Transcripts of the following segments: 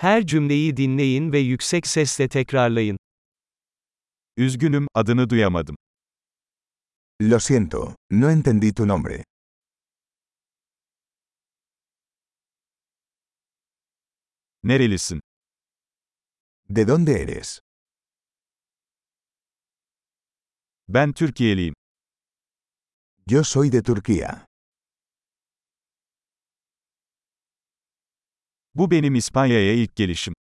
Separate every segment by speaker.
Speaker 1: Her cümleyi dinleyin ve yüksek sesle tekrarlayın.
Speaker 2: Üzgünüm, adını duyamadım.
Speaker 3: Lo siento, no entendí tu nombre.
Speaker 2: Nerelisin?
Speaker 3: ¿De dónde eres?
Speaker 2: Ben Türkiye'liyim.
Speaker 3: Yo soy de Turquía.
Speaker 2: Bu benim İspanya'ya ilk gelişim.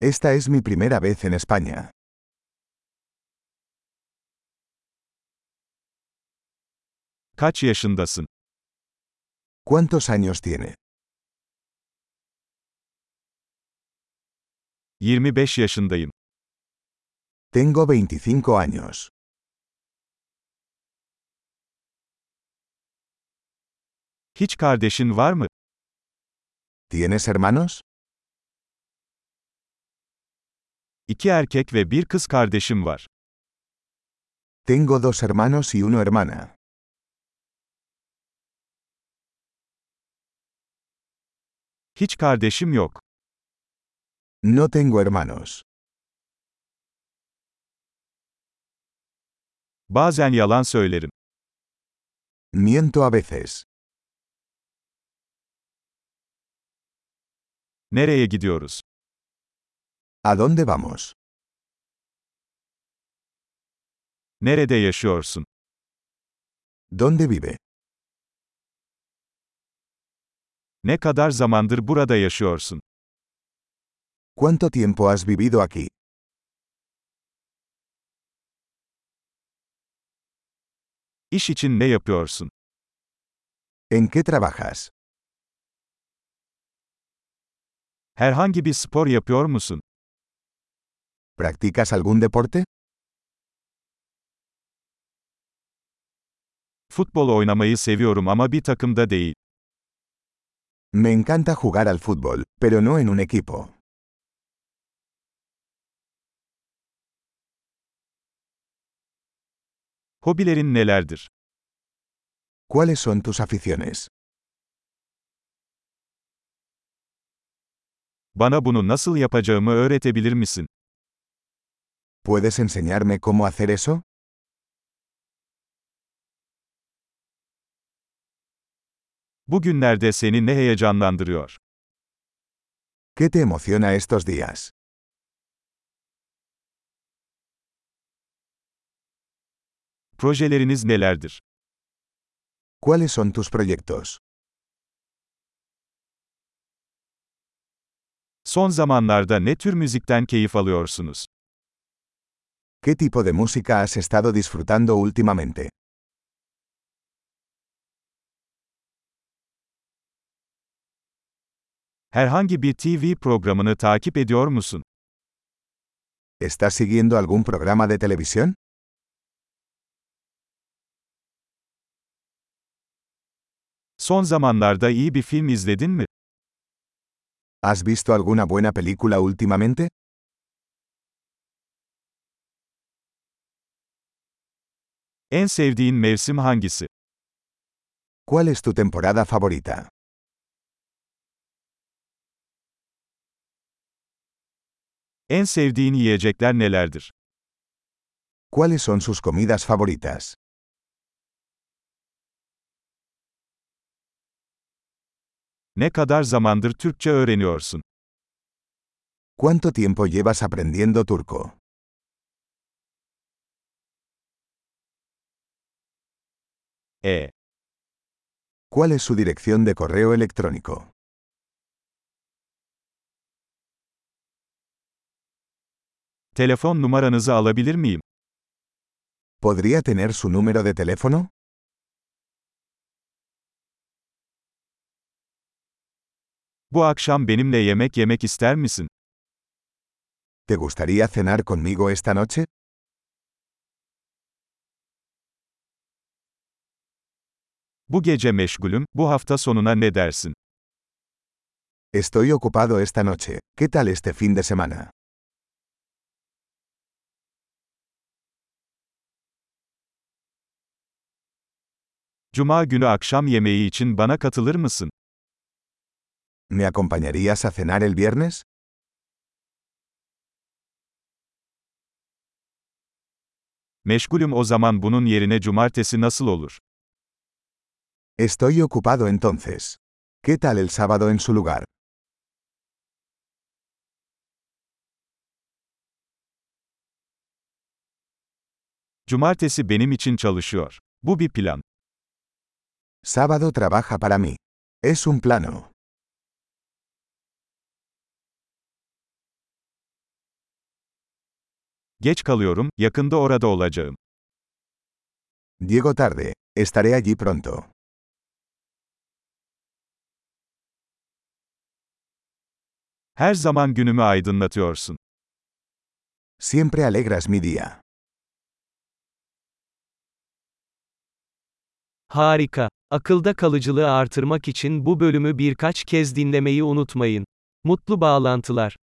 Speaker 3: Esta es mi primera vez en España.
Speaker 2: Kaç yaşındasın?
Speaker 3: ¿Cuántos años tiene?
Speaker 2: 25 yaşındayım.
Speaker 3: Tengo 25 años.
Speaker 2: Hiç kardeşin var mı?
Speaker 3: ¿Tienes hermanos?
Speaker 2: İki erkek ve bir kız kardeşim var.
Speaker 3: Tengo dos hermanos y una hermana.
Speaker 2: Hiç kardeşim yok.
Speaker 3: No tengo hermanos.
Speaker 2: Bazen yalan söylerim.
Speaker 3: Miento a veces.
Speaker 2: Nereye gidiyoruz?
Speaker 3: ¿A dónde vamos?
Speaker 2: Nerede yaşıyorsun?
Speaker 3: ¿Dónde vive?
Speaker 2: Ne kadar zamandır burada yaşıyorsun?
Speaker 3: ¿Cuánto tiempo has vivido aquí?
Speaker 2: İş için ne yapıyorsun?
Speaker 3: ¿En qué trabajas?
Speaker 2: Herhangi bir spor yapıyor musun?
Speaker 3: ¿Practicas algún deporte?
Speaker 2: Futbol oynamayı seviyorum ama bir takımda değil.
Speaker 3: Me encanta jugar al fútbol, pero no en un equipo.
Speaker 2: Hobilerin nelerdir?
Speaker 3: ¿Cuáles son tus aficiones?
Speaker 2: Bana bunu nasıl yapacağımı öğretebilir misin?
Speaker 3: ¿Puedes enseñarme cómo hacer eso?
Speaker 2: Bugünlerde seni ne heyecanlandırıyor?
Speaker 3: ¿Qué te emociona estos días?
Speaker 2: Projeleriniz nelerdir?
Speaker 3: ¿Cuáles son tus proyectos?
Speaker 2: Son zamanlarda ne tür müzikten keyif alıyorsunuz?
Speaker 3: ¿Qué tipo de música has estado disfrutando últimamente?
Speaker 2: Herhangi bir TV programını takip ediyor musun?
Speaker 3: ¿Estás siguiendo algún programa de televisión?
Speaker 2: Son zamanlarda iyi bir film izledin mi?
Speaker 3: ¿Has visto alguna buena película últimamente?
Speaker 2: En sevdiğin mevsim hangisi?
Speaker 3: ¿Cuál es tu temporada favorita?
Speaker 2: En sevdiğin yiyecekler nelerdir?
Speaker 3: ¿Cuáles son sus comidas favoritas?
Speaker 2: Ne kadar zamandır Türkçe öğreniyorsun?
Speaker 3: ¿Cuánto tiempo llevas aprendiendo turco?
Speaker 2: E.
Speaker 3: ¿Cuál es su dirección de correo electrónico?
Speaker 2: Telefon numaranızı alabilir miyim?
Speaker 3: ¿Podría tener su número de teléfono?
Speaker 2: Bu akşam benimle yemek yemek ister misin?
Speaker 3: ¿Te gustaría cenar conmigo esta noche?
Speaker 2: Bu gece meşgulüm, bu hafta sonuna ne dersin?
Speaker 3: Estoy ocupado esta noche. ¿Qué tal este fin de semana?
Speaker 2: Cuma günü akşam yemeği için bana katılır mısın?
Speaker 3: ¿Me acompañarías a cenar el viernes?
Speaker 2: Meşgulüm o zaman bunun yerine cumartesi nasıl olur?
Speaker 3: Estoy ocupado entonces. ¿Qué tal el sábado en su lugar?
Speaker 2: Cumartesi benim için çalışıyor. Bu bir plan.
Speaker 3: Sábado trabaja para mí. Es un plano.
Speaker 2: Geç kalıyorum, yakında orada olacağım.
Speaker 3: Llego tarde. Estaré allí pronto.
Speaker 2: Her zaman günümü aydınlatıyorsun.
Speaker 3: Siempre alegras mi día.
Speaker 1: Harika. Akılda kalıcılığı artırmak için bu bölümü birkaç kez dinlemeyi unutmayın. Mutlu bağlantılar.